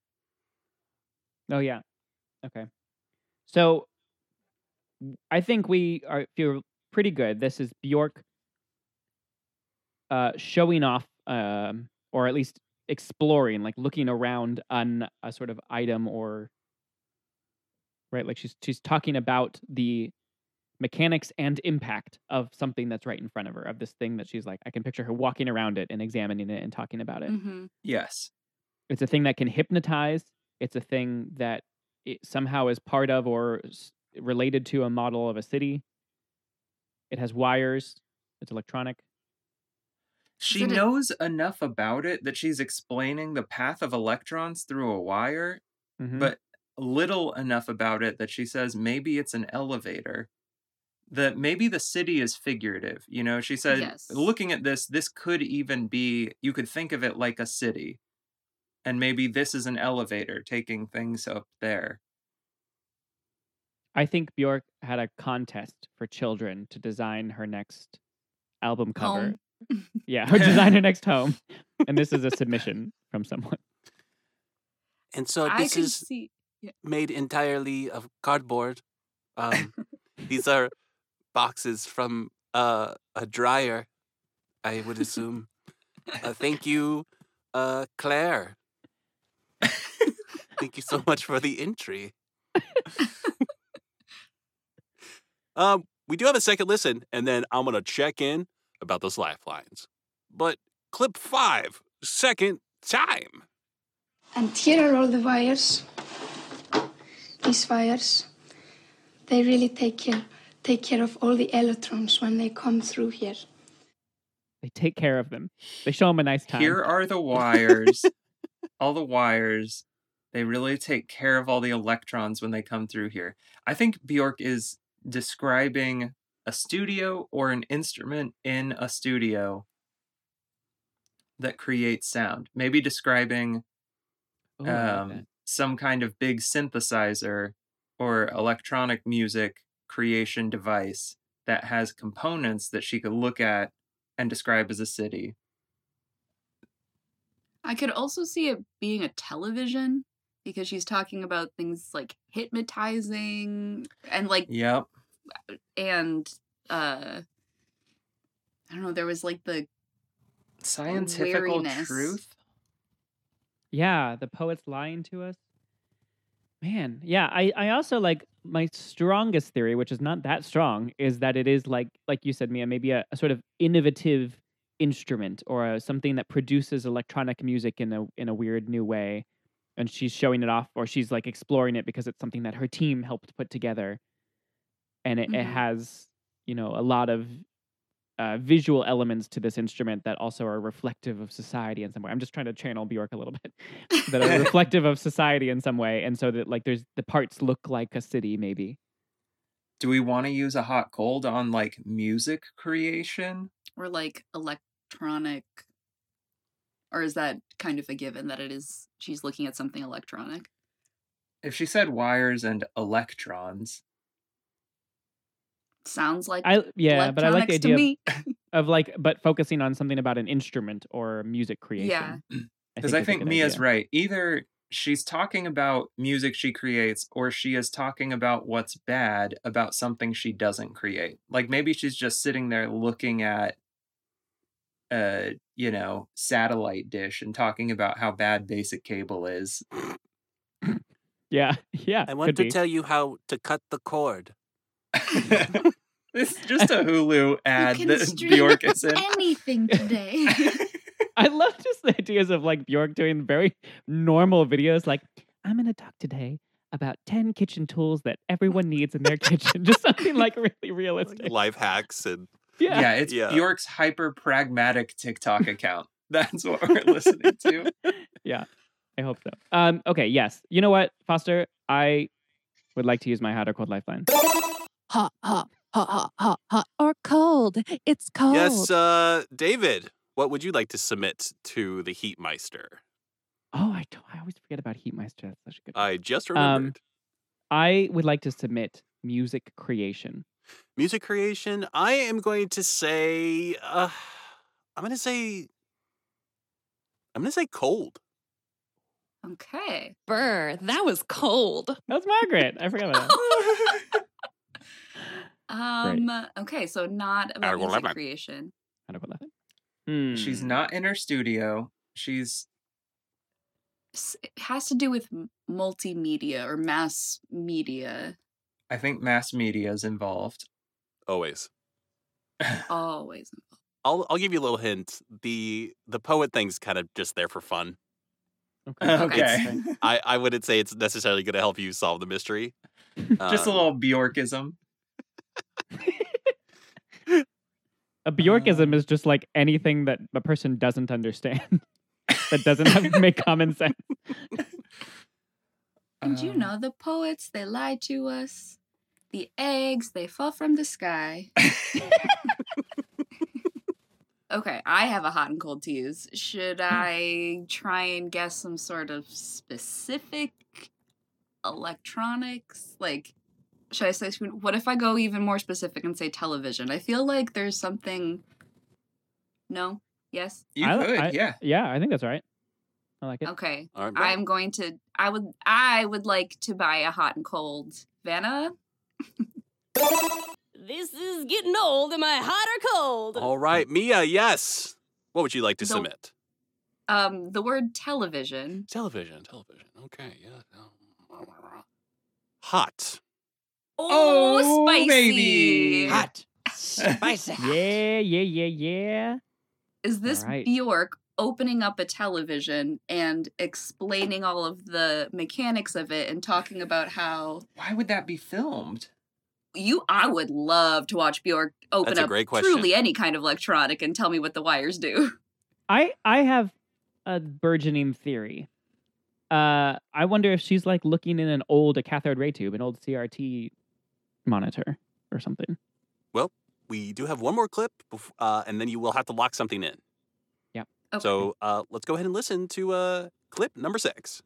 Speaker 3: Oh yeah. Okay. So w- I think we are feel pretty good. This is Bjork uh showing off um or at least exploring, like looking around on a sort of item or right, like she's she's talking about the mechanics and impact of something that's right in front of her of this thing that she's like I can picture her walking around it and examining it and talking about it.
Speaker 5: Mhm.
Speaker 4: Yes.
Speaker 3: It's a thing that can hypnotize. It's a thing that it somehow is part of or s- related to a model of a city. It has wires. It's electronic.
Speaker 4: She
Speaker 5: Did it-
Speaker 4: knows enough about it that she's explaining the path of electrons through a wire,
Speaker 3: Mhm.
Speaker 4: but little enough about it that she says maybe it's an elevator. That maybe the city is figurative. You know, she said,
Speaker 5: Yes.
Speaker 4: looking at this, this could even be, you could think of it like a city. And maybe this is an elevator taking things up there.
Speaker 3: I think Bjork had a contest for children to design her next album cover.
Speaker 5: Home.
Speaker 3: Yeah, her design her next home. And this is a submission from someone.
Speaker 1: And so
Speaker 5: I
Speaker 1: this
Speaker 5: can
Speaker 1: is
Speaker 5: see.
Speaker 1: made entirely of cardboard. Um, these are boxes from uh, a dryer, I would assume. Uh, thank you, uh, Claire. thank you so much for the entry. um, we do have a second listen, and then I'm going to check in about those lifelines. But clip five, second time.
Speaker 2: And here are all the wires. These wires, they really take care, take care of all the electrons when they come through here.
Speaker 3: They take care of them. They show them a nice time.
Speaker 4: Here are the wires. all the wires. They really take care of all the electrons when they come through here. I think Bjork is describing a studio or an instrument in a studio that creates sound. Maybe describing
Speaker 3: Ooh, Oh, I like
Speaker 4: um,
Speaker 3: that.
Speaker 4: some kind of big synthesizer or electronic music creation device that has components that she could look at and describe as a city.
Speaker 5: I could also see it being a television because she's talking about things like hypnotizing and like
Speaker 4: Yep.
Speaker 5: and uh I don't know, there was like the
Speaker 4: scientifical
Speaker 5: wariness.
Speaker 4: truth
Speaker 3: Yeah, the poet's lying to us. Man, yeah, I, I also like my strongest theory, which is not that strong, is that it is like like you said, Mia, maybe a, a sort of innovative instrument or a, something that produces electronic music in a in a weird new way, and she's showing it off or she's like exploring it because it's something that her team helped put together, and it, it
Speaker 5: Mhm.
Speaker 3: has you know a lot of uh, visual elements to this instrument that also are reflective of society in some way. I'm just trying to channel Bjork a little bit that are reflective of society in some way, and so that like there's the parts look like a city maybe.
Speaker 4: Do we want to use a hot cold on like music creation?
Speaker 5: or like electronic or is that kind of a given that it is she's looking at something electronic
Speaker 4: If she said wires and electrons,
Speaker 5: sounds like
Speaker 3: I yeah, but I like
Speaker 5: electronics
Speaker 3: the idea
Speaker 5: to
Speaker 3: of
Speaker 5: me
Speaker 3: of like but focusing on something about an instrument or music creation.
Speaker 5: Yeah.
Speaker 4: because I
Speaker 3: is a
Speaker 4: think
Speaker 3: good
Speaker 4: Mia's
Speaker 3: idea.
Speaker 4: right. Either she's talking about music she creates, or she is talking about what's bad about something she doesn't create. Like maybe she's just sitting there looking at uh you know satellite dish and talking about how bad basic cable is
Speaker 3: Yeah, yeah.
Speaker 1: I want
Speaker 3: could
Speaker 1: to
Speaker 3: be.
Speaker 1: tell you how to cut the cord.
Speaker 4: it's just a hulu ad
Speaker 5: can
Speaker 4: that
Speaker 5: stream
Speaker 4: bjork is in
Speaker 5: anything today
Speaker 3: I love just the ideas of like Bjork doing very normal videos, like I'm gonna talk today about ten kitchen tools that everyone needs in their kitchen, just something like really realistic.
Speaker 1: Life hacks and
Speaker 3: Yeah,
Speaker 4: yeah it's
Speaker 1: Yeah.
Speaker 4: bjork's hyper pragmatic tiktok account that's what we're listening to
Speaker 3: I hope so. Um, okay, yes. You know what, Foster? I would like to use my hot or cold lifeline.
Speaker 8: Hot, hot, hot, hot, hot, hot, or cold. It's cold.
Speaker 1: yes, uh, David. What would you like to submit to the Heatmeister?
Speaker 3: Oh, I don't, I always forget about Heatmeister. That's such
Speaker 4: Uh,
Speaker 3: a good.
Speaker 1: I just
Speaker 3: Um,
Speaker 1: remembered.
Speaker 3: I would like to submit music creation.
Speaker 1: music creation i am going to say uh i'm going to say i'm going to say cold
Speaker 5: okay
Speaker 8: Brr, that was cold.
Speaker 3: That's Margaret. I forgot about that.
Speaker 5: um okay so not about
Speaker 1: will have
Speaker 5: music
Speaker 1: my-
Speaker 5: creation
Speaker 3: Hot or cold lifeline. Hmm.
Speaker 4: she's not in her studio she's
Speaker 5: S- it has to do with m- multimedia or mass media
Speaker 4: i think mass media is involved
Speaker 1: always
Speaker 5: always
Speaker 1: i'll i'll give you a little hint the the poet thing's kind of just there for fun
Speaker 3: Oh, Okay.
Speaker 4: okay
Speaker 1: i i wouldn't say it's necessarily going to help you solve the mystery
Speaker 4: just a
Speaker 1: Um,
Speaker 4: little bjorkism
Speaker 3: A Bjorkism
Speaker 4: Um,
Speaker 3: is just like anything that a person doesn't understand, that doesn't have, make common sense.
Speaker 5: and you
Speaker 4: Um,
Speaker 5: know the poets they lie to us the eggs they fall from the sky Okay, I have a hot and cold to use. Should I try and guess some sort of specific electronics? Like, should I say, what if I go even more specific and say television? I feel like there's something. No? Yes?
Speaker 4: you
Speaker 3: I-
Speaker 4: could
Speaker 3: I-
Speaker 4: yeah
Speaker 3: Yeah, I think that's right. I like it.
Speaker 5: Okay.
Speaker 1: all right
Speaker 5: I'm going to. I would. I would like to buy a hot and cold. Vanna.
Speaker 9: This is getting old. Am I hot or cold?
Speaker 1: all right mia yes what would you like to
Speaker 5: The-
Speaker 1: submit
Speaker 5: Um, the word television.
Speaker 1: television television okay yeah hot
Speaker 5: Oh,
Speaker 4: Oh,
Speaker 5: spicy!
Speaker 4: baby.
Speaker 8: Hot, spicy.
Speaker 3: Yeah, yeah, yeah, yeah.
Speaker 5: is this
Speaker 3: Alright.
Speaker 5: Bjork opening up a television and explaining all of the mechanics of it and talking about how
Speaker 4: why would that be filmed
Speaker 5: you I would love to watch Bjork open
Speaker 1: That's a
Speaker 5: up
Speaker 1: great question.
Speaker 5: truly any kind of electronic and tell me what the wires do.
Speaker 3: I I have a burgeoning theory. Uh, I wonder if she's like looking in an old a cathode ray tube, an old CRT monitor or something.
Speaker 1: we do have one more clip bef- uh, and then you will have to lock something in
Speaker 5: Okay.
Speaker 1: So uh, let's go ahead and listen to uh, clip number six.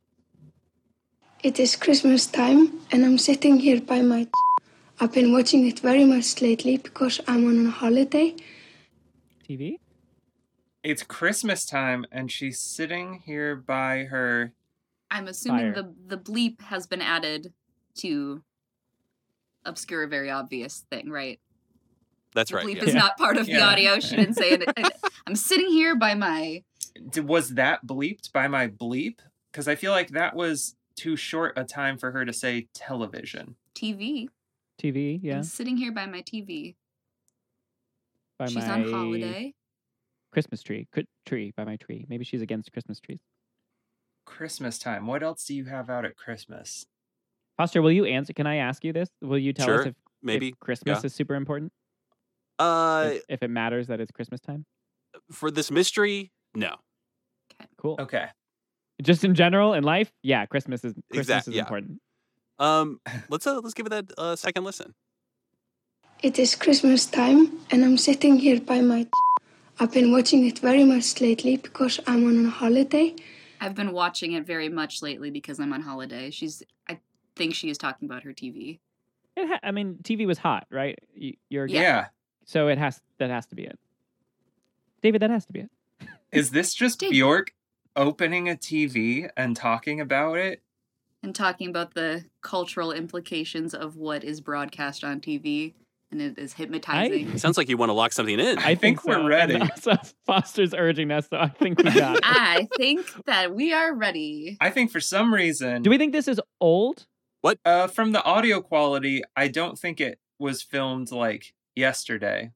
Speaker 2: It is Christmas time, and I'm sitting here by my. I've been watching it very much lately because I'm on a holiday.
Speaker 3: TV?
Speaker 4: it's christmas time and she's sitting here by her
Speaker 5: I'm assuming
Speaker 3: Fire.
Speaker 5: the the bleep has been added to obscure a very obvious thing, right?
Speaker 1: That's
Speaker 5: The
Speaker 1: right.
Speaker 5: bleep
Speaker 1: yeah.
Speaker 5: is
Speaker 3: Yeah.
Speaker 5: not part of the
Speaker 4: Yeah.
Speaker 5: audio. She didn't say it. I'm sitting here by my
Speaker 4: D- was that bleeped by my bleep because i feel like that was too short a time for her to say television
Speaker 5: TV.
Speaker 3: TV? Yeah.
Speaker 5: I'm sitting here by my TV.
Speaker 3: By
Speaker 5: She's on holiday.
Speaker 3: Christmas tree. Cri- tree by my tree. Maybe she's against Christmas trees.
Speaker 4: christmas time what else do you have out at christmas
Speaker 3: Foster, will you answer? Can I ask you this? Will you tell us
Speaker 1: Sure.
Speaker 3: if if
Speaker 1: maybe.
Speaker 3: Christmas
Speaker 1: yeah.
Speaker 3: is super important.
Speaker 1: Uh,
Speaker 3: If, if it matters that it's Christmas time,
Speaker 1: for this mystery, no.
Speaker 3: cool.
Speaker 4: Okay.
Speaker 3: Just in general in life, yeah, Christmas is Christmas
Speaker 1: Exact-
Speaker 3: is
Speaker 1: yeah.
Speaker 3: important.
Speaker 1: Um, let's uh, let's give it a uh, second listen.
Speaker 2: It is Christmas time, and I'm sitting here by my. I've been watching it very much lately because I'm on a holiday.
Speaker 5: I've been watching it very much lately because I'm on holiday. She's, I think she is talking about her TV.
Speaker 3: It ha- I mean, TV was hot, right? Y- You're
Speaker 5: Yeah.
Speaker 4: yeah.
Speaker 3: so it has that has to be it. David, that has to be it.
Speaker 4: Is this just
Speaker 5: Dude.
Speaker 4: Bjork opening a TV and talking about it?
Speaker 5: and talking about the cultural implications of what is broadcast on TV, and it is hypnotizing.
Speaker 1: Sounds like you want to lock something in.
Speaker 4: I think we're
Speaker 3: so. And
Speaker 4: ready.
Speaker 3: also Foster's urging us, so I think we got. it.
Speaker 5: I, think that we are ready.
Speaker 4: I think for some reason,
Speaker 3: Do we think this is old?
Speaker 4: uh, from the audio quality, I don't think it was filmed like yesterday.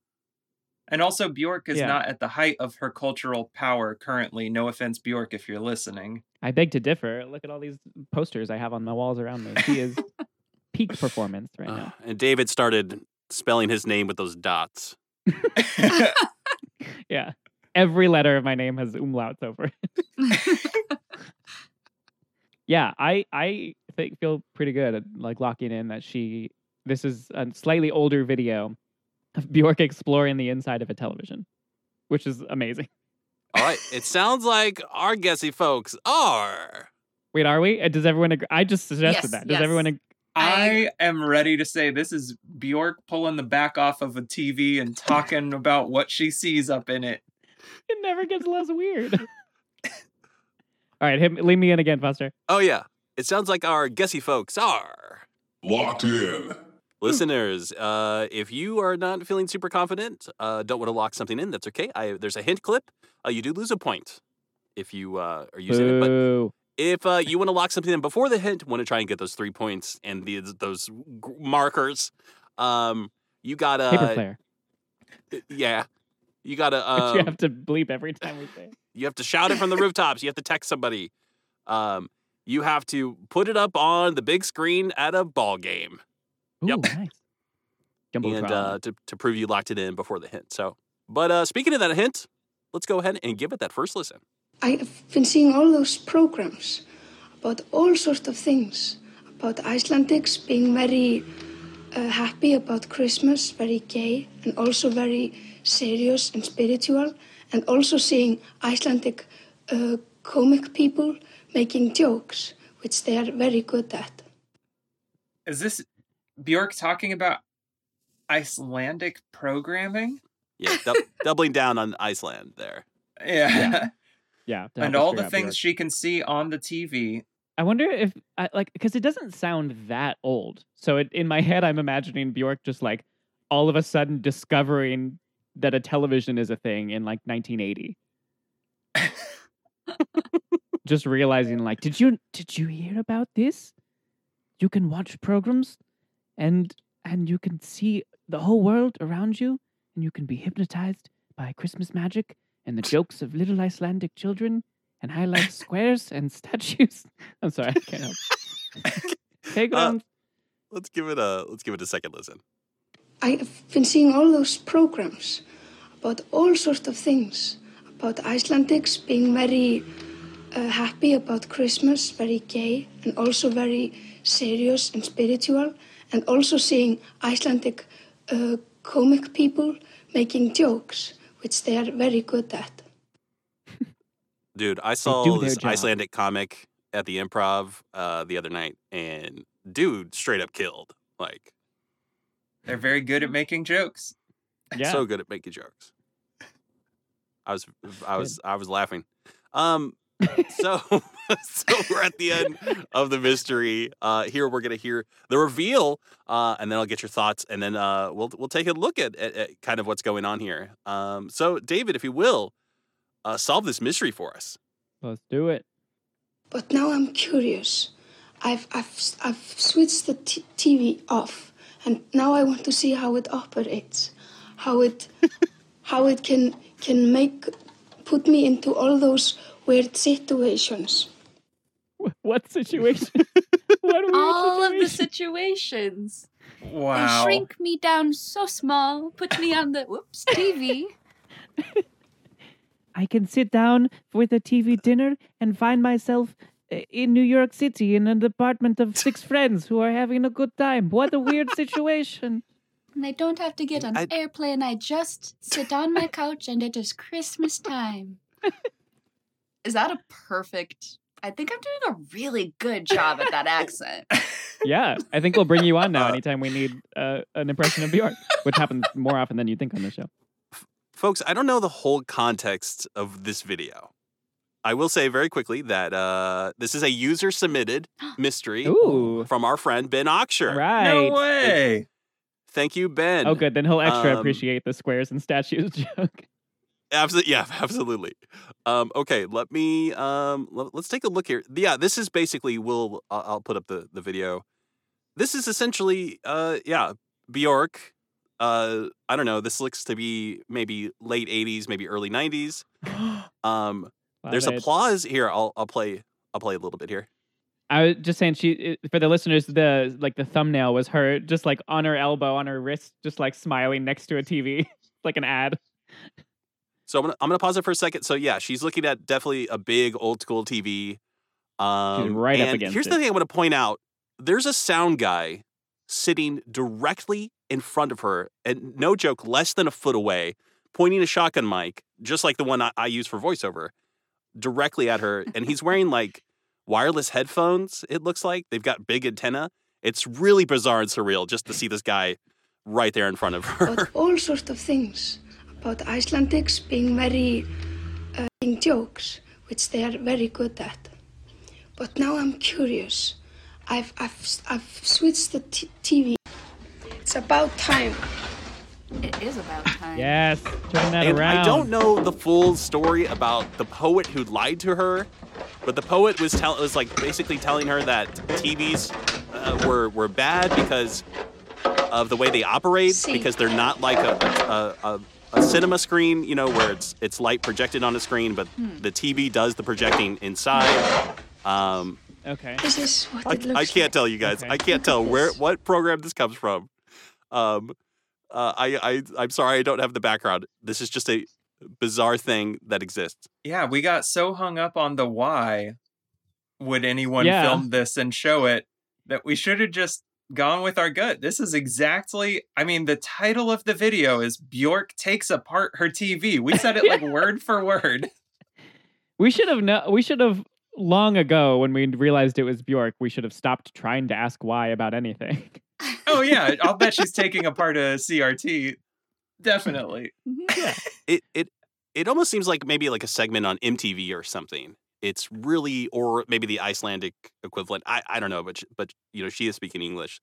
Speaker 4: And also, Bjork is
Speaker 3: Yeah.
Speaker 4: not at the height of her cultural power currently. No offense, Bjork, if you're listening.
Speaker 3: I beg to differ. Look at all these posters I have on my walls around me. She is peak performance right
Speaker 1: Uh,
Speaker 3: now.
Speaker 1: and David started spelling his name with those dots.
Speaker 3: Yeah. Every letter of my name has umlauts over it. Yeah, I I think feel pretty good at like locking in that she this is a slightly older video of Bjork exploring the inside of a television, which is amazing.
Speaker 1: All right, it sounds like our guessy folks are.
Speaker 3: Wait, are we? Uh, Does everyone agree? I just suggested
Speaker 5: Yes,
Speaker 3: that. Does
Speaker 5: yes.
Speaker 3: everyone ag-
Speaker 4: I am ready to say this is Bjork pulling the back off of a TV and talking about what she sees up in it.
Speaker 3: It never gets less weird. All right, hit, me- leave me in again, Foster.
Speaker 1: Oh yeah, it sounds like our guessy folks are.
Speaker 6: Locked in.
Speaker 3: Hmm.
Speaker 1: Listeners, uh, if you are not feeling super confident, uh, don't want to lock something in, that's okay. I, there's a hint clip. Uh, you do lose a point if you uh, are using it. But
Speaker 3: Boo.
Speaker 1: if uh, you want to lock something in before the hint, want to try and get those three points and these, those g- markers, um, you got
Speaker 3: Paper
Speaker 1: to,
Speaker 3: player.
Speaker 1: yeah, you got to,
Speaker 3: But
Speaker 1: um,
Speaker 3: you have to bleep every time we say. it.
Speaker 1: you have to shout it from the rooftops. You have to text somebody. Um, you have to put it up on the big screen at a ball game.
Speaker 3: Ooh,
Speaker 1: Yep.
Speaker 3: nice. Jumbotron.
Speaker 1: and uh, to, to prove you locked it in before the hint. So, but uh, speaking of that hint, let's go ahead and give it that first listen.
Speaker 2: I've been seeing all those programs about all sorts of things, about Icelandics being very uh, happy about Christmas, very gay, and also very serious and spiritual, and also seeing Icelandic uh, comic people making jokes, which they are very good at.
Speaker 4: Is this Bjork talking about Icelandic programming?
Speaker 1: Yeah, dou- doubling down on Iceland there.
Speaker 4: Yeah.
Speaker 3: yeah. to help
Speaker 4: and
Speaker 3: us
Speaker 4: all
Speaker 3: figure
Speaker 4: the
Speaker 3: out Bjork.
Speaker 4: things she can see on the TV.
Speaker 3: I wonder if I, like because it doesn't sound that old. So it, in my head, I'm imagining Bjork just like all of a sudden discovering that a television is a thing in like 1980. just realizing like, did you did you hear about this? You can watch programs, and and you can see the whole world around you, and you can be hypnotized by Christmas magic and the jokes of little Icelandic children, and highlight squares and statues. I'm sorry, I can't help. Take it
Speaker 1: Uh,
Speaker 3: on.
Speaker 1: Let's give it a let's give it a second listen.
Speaker 2: I've been seeing all those programs about all sorts of things, about Icelandics being very uh, happy about Christmas, very gay, and also very serious and spiritual, and also seeing Icelandic uh, comic people making jokes, which they are very good at.
Speaker 1: Dude, I saw
Speaker 3: do their
Speaker 1: this
Speaker 3: job.
Speaker 1: Icelandic comic at the improv uh, the other night, and dude, straight up killed. Like
Speaker 4: They're very good at making jokes.
Speaker 3: Yeah.
Speaker 1: so good at making jokes. I was I was I was laughing. Um so so we're at the end of the mystery. Uh here we're gonna hear the reveal, uh, and then I'll get your thoughts and then uh we'll we'll take a look at, at, at kind of what's going on here. Um so David, if you will, uh solve this mystery for us.
Speaker 3: Let's do it.
Speaker 2: But now I'm curious. I've, I've, I've switched the t- TV off, and now I want to see how it operates, how it, how it can can make, put me into all those weird situations.
Speaker 3: Wh- What situation? what weird
Speaker 5: All of the
Speaker 3: situation?
Speaker 5: situations.
Speaker 4: Wow.
Speaker 5: They shrink me down so small, put me on the whoops TV.
Speaker 3: I can sit down with a TV dinner and find myself uh, in New York City in an apartment of six friends who are having a good time. What a weird situation.
Speaker 5: And I don't have to get on
Speaker 1: I-
Speaker 5: airplane. I just sit on my couch and it is Christmas time. is that a perfect? I think I'm doing a really good job at that accent.
Speaker 3: Yeah, I think we'll bring you on now
Speaker 1: Uh,
Speaker 3: anytime we need uh, an impression of Bjorn, which happens more often than you think on the show.
Speaker 1: folks i don't know the whole context of this video i will say very quickly that uh, this is a user submitted mystery
Speaker 3: Ooh.
Speaker 1: from our friend ben oksher
Speaker 3: Right.
Speaker 4: No way.
Speaker 1: thank you ben
Speaker 3: Oh, good. Then he'll extra
Speaker 1: Um,
Speaker 3: appreciate the squares and statues joke.
Speaker 1: absolutely yeah absolutely um, okay let me um, le- let's take a look here yeah this is basically we'll i'll, I'll put up the, the video this is essentially uh, yeah bjork uh, i don't know this looks to be maybe late 80s maybe early 90s um,
Speaker 3: Love
Speaker 1: There's
Speaker 3: it.
Speaker 1: applause here. I'll I'll play I'll play a little bit here.
Speaker 3: I was just saying she for the listeners the like the thumbnail was her just like on her elbow on her wrist just like smiling next to a TV like an ad.
Speaker 1: So I'm gonna I'm gonna pause it for a second. So yeah, she's looking at definitely a big old school TV. Um,
Speaker 3: right up
Speaker 1: and
Speaker 3: against
Speaker 1: Here's
Speaker 3: it.
Speaker 1: the thing I want to point out. There's a sound guy sitting directly in front of her, and no joke, less than a foot away, pointing a shotgun mic, just like the one I, I use for voiceover, directly at her. And he's wearing like wireless headphones. It looks like they've got big antenna. It's really bizarre and surreal just to see this guy right there in front of
Speaker 3: Oh,
Speaker 1: her.
Speaker 2: about all sorts of things about Icelandics being very uh, being jokes, which they are very good at. But now I'm curious. I've I've I've switched the t- TV. It's about time.
Speaker 5: It is about time.
Speaker 3: Yes, turn that
Speaker 1: And
Speaker 3: around.
Speaker 1: I don't know the full story about the poet who lied to her, but the poet was tell was like basically telling her that TVs uh, were were bad because of the way they operate,
Speaker 2: See.
Speaker 1: because they're not like a a, a, a cinema screen, you know, where it's it's light projected on a screen, but the TV does the projecting inside. Um,
Speaker 3: Okay.
Speaker 2: This is what
Speaker 1: I,
Speaker 2: it looks
Speaker 1: I can't tell you guys.
Speaker 3: Okay.
Speaker 1: I can't tell where what program this comes from. Um, uh, I, I I'm sorry I don't have the background. This is just a bizarre thing that exists.
Speaker 4: Yeah, we got so hung up on the why would anyone
Speaker 3: Yeah.
Speaker 4: film this and show it that we should have just gone with our gut. This is exactly, I mean, the title of the video is Bjork Takes Apart Her TV. We said it like word for word.
Speaker 3: We should have no we should have long ago when we realized it was Bjork, we should have stopped trying to ask why about anything.
Speaker 4: Oh, yeah, I'll bet she's taking apart a CRT. Definitely.
Speaker 2: Mm-hmm.
Speaker 5: Mhm.
Speaker 1: It it it almost seems like maybe like a segment on MTV or something. It's really or maybe the Icelandic equivalent. I I don't know, but sh- but you know she is speaking English,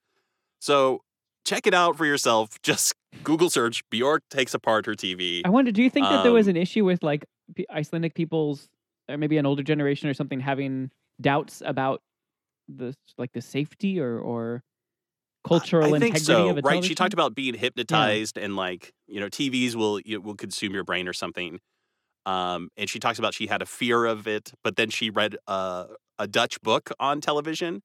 Speaker 1: so check it out for yourself. Just Google search Bjork takes apart her TV.
Speaker 3: I wonder, do you think that there was
Speaker 1: Um,
Speaker 3: an issue with like P- Icelandic people's, or maybe an older generation or something, having doubts about the like the safety or or cultural
Speaker 1: I
Speaker 3: integrity
Speaker 1: think so,
Speaker 3: of a
Speaker 1: right? She talked
Speaker 3: television?
Speaker 1: about being hypnotized and like you know TVs will you will consume your brain or something. Um, and she talks about she had a fear of it, but then she read uh, a Dutch book on television,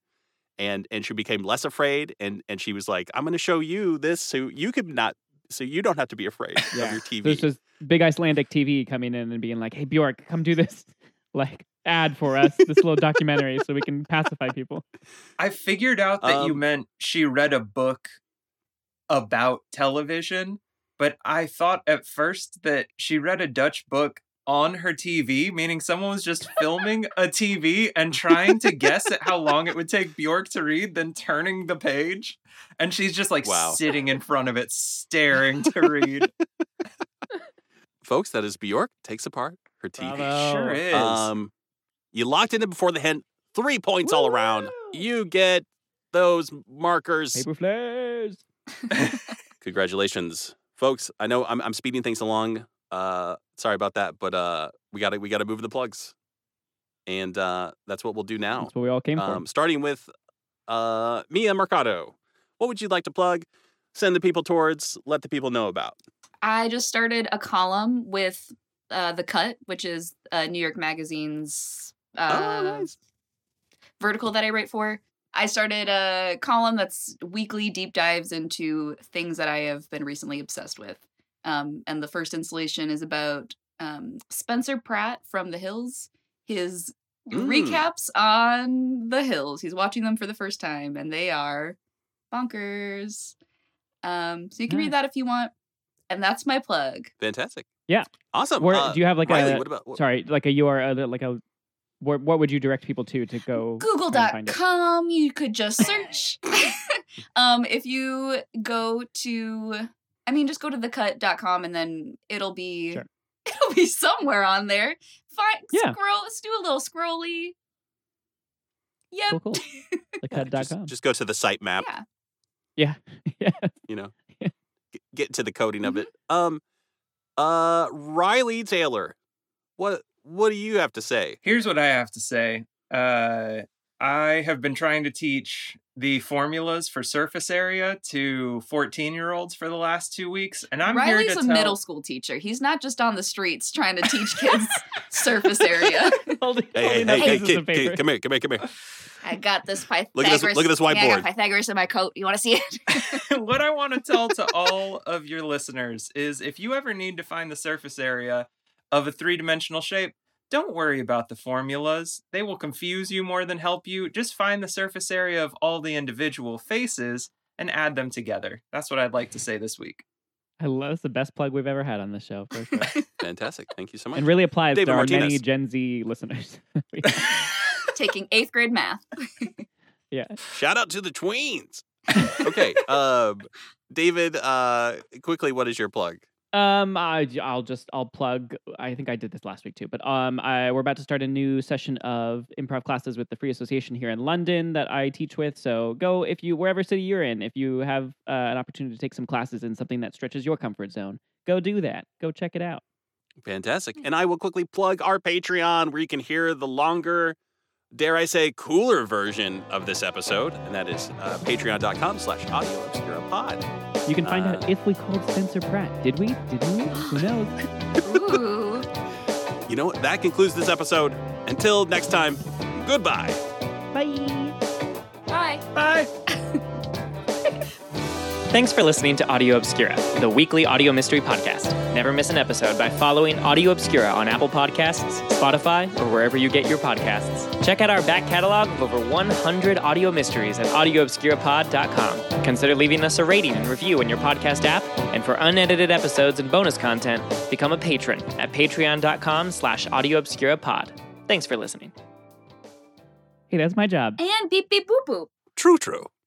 Speaker 1: and and she became less afraid. And and she was like, I'm going to show you this, so you could not, so you don't have to be afraid
Speaker 3: Yeah.
Speaker 1: of your TV.
Speaker 3: There's this big Icelandic TV coming in and being like, "Hey Bjork, come do this like ad for us, this little documentary, so we can pacify people."
Speaker 4: I figured out that you
Speaker 1: Um,
Speaker 4: meant she read a book about television, but I thought at first that she read a Dutch book on her TV, meaning someone was just filming a TV and trying to guess at how long it would take Bjork to read, then turning the page. And she's just like
Speaker 1: Wow.
Speaker 4: sitting in front of it, staring to read.
Speaker 1: Folks, that is Bjork takes apart her TV.
Speaker 3: Bravo.
Speaker 4: Sure is.
Speaker 1: Um, you locked it in before the hint. Three points all around. You get those markers.
Speaker 3: Paper flares.
Speaker 1: congratulations folks i know i'm, I'm speeding things along uh sorry about that but uh we gotta we gotta move the plugs and uh that's what we'll do now
Speaker 3: That's what we all came
Speaker 1: um, starting with uh mia mercado what would you like to plug send the people towards let the people know about
Speaker 5: I just started a column with uh, The Cut, which is uh, New York Magazine's uh,
Speaker 1: Oh, nice.
Speaker 5: vertical that I write for. I started a column that's weekly deep dives into things that I have been recently obsessed with. Um, and the first installation is about um, Spencer Pratt from The Hills, his
Speaker 1: Mm.
Speaker 5: recaps on The Hills. He's watching them for the first time, and they are bonkers. Um, so you can read that if you want. And that's my plug.
Speaker 1: Fantastic.
Speaker 3: Yeah.
Speaker 1: Awesome.
Speaker 3: Where
Speaker 1: Uh,
Speaker 3: do you have like
Speaker 1: Riley,
Speaker 3: a
Speaker 1: what about what-
Speaker 3: sorry like a URL uh, like a what what would you direct people to to go try and find it?
Speaker 5: google.com you could just search um if you go to i mean just go to thecut.com and then it'll be
Speaker 3: Sure.
Speaker 5: it'll be somewhere on there find
Speaker 3: Yeah.
Speaker 5: scroll let's do a little scrolly yep
Speaker 3: Cool, cool.
Speaker 1: yeah, just,
Speaker 3: Thecut.com.
Speaker 1: just go to the site map,
Speaker 5: yeah
Speaker 3: Yeah. yeah.
Speaker 1: you know.
Speaker 3: Yeah. Mm-hmm.
Speaker 1: G- Get to the coding of it. Um uh Riley Taylor. What what do you have to say?
Speaker 4: Here's what I have to say. Uh, I have been trying to teach the formulas for surface area to 14 year olds for the last two weeks, and I'm here
Speaker 5: riley's
Speaker 4: to
Speaker 5: a
Speaker 4: tell.
Speaker 5: middle school teacher he's not just on the streets trying to teach kids surface area
Speaker 3: Holding-
Speaker 1: Hey, hey,
Speaker 3: holding up
Speaker 1: hey, hey,
Speaker 3: pieces of
Speaker 1: kid,
Speaker 3: paper.
Speaker 1: kid, come here, come here, come here.
Speaker 5: i got this pythagoras
Speaker 1: Look at this- look at this
Speaker 5: yeah, I got
Speaker 1: whiteboard.
Speaker 5: pythagoras in my coat you want to see it
Speaker 4: what I want to tell to all of your listeners is if you ever need to find the surface area of a three dimensional shape, don't worry about the formulas. They will confuse you more than help you. Just find the surface area of all the individual faces and add them together. That's what I'd like to say this week.
Speaker 3: I love that's the best plug we've ever had on this show for sure.
Speaker 1: Fantastic. Thank you so much.
Speaker 3: and really applies
Speaker 1: David
Speaker 3: to our many
Speaker 1: Martinez.
Speaker 3: Gen Z listeners.
Speaker 5: taking eighth grade math
Speaker 3: yeah.
Speaker 1: Shout out to the tweens. okay. Um David, uh quickly, what is your plug?
Speaker 3: Um, I, will just I'll plug. I think I did this last week too, but um, I, we're about to start a new session of improv classes with the Free Association here in London that I teach with. So go if you wherever city you're in, if you have uh, an opportunity to take some classes in something that stretches your comfort zone, go do that. Go check it out.
Speaker 1: Fantastic. And I will quickly plug our Patreon where you can hear the longer, dare I say, cooler version of this episode. And that is uh, patreon.com slash audio obscura pod.
Speaker 3: You can find
Speaker 1: Uh,
Speaker 3: out if we called Spencer Pratt. Did we? Didn't we? Who knows?
Speaker 5: Ooh.
Speaker 1: You know what? That concludes this episode. Until next time, goodbye.
Speaker 3: Bye.
Speaker 5: bye
Speaker 4: Bye.
Speaker 10: Thanks for listening to Audio Obscura, the weekly audio mystery podcast. Never miss an episode by following Audio Obscura on Apple Podcasts, Spotify, or wherever you get your podcasts. Check out our back catalog of over 100 audio mysteries at audioobscurapod.com. Consider leaving us a rating and review in your podcast app, and for unedited episodes and bonus content, become a patron at patreon.com slash audioobscurapod. Thanks for listening.
Speaker 3: Hey, that's my job.
Speaker 5: and beep beep boop boop
Speaker 1: True, true.